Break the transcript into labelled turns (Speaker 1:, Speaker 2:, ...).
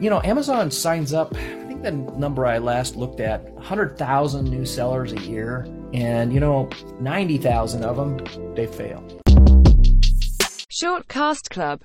Speaker 1: You know, Amazon signs up, I think the number I last looked at, 100,000 new sellers a year. And, you know, 90,000 of them, they fail.
Speaker 2: Shortcast Club.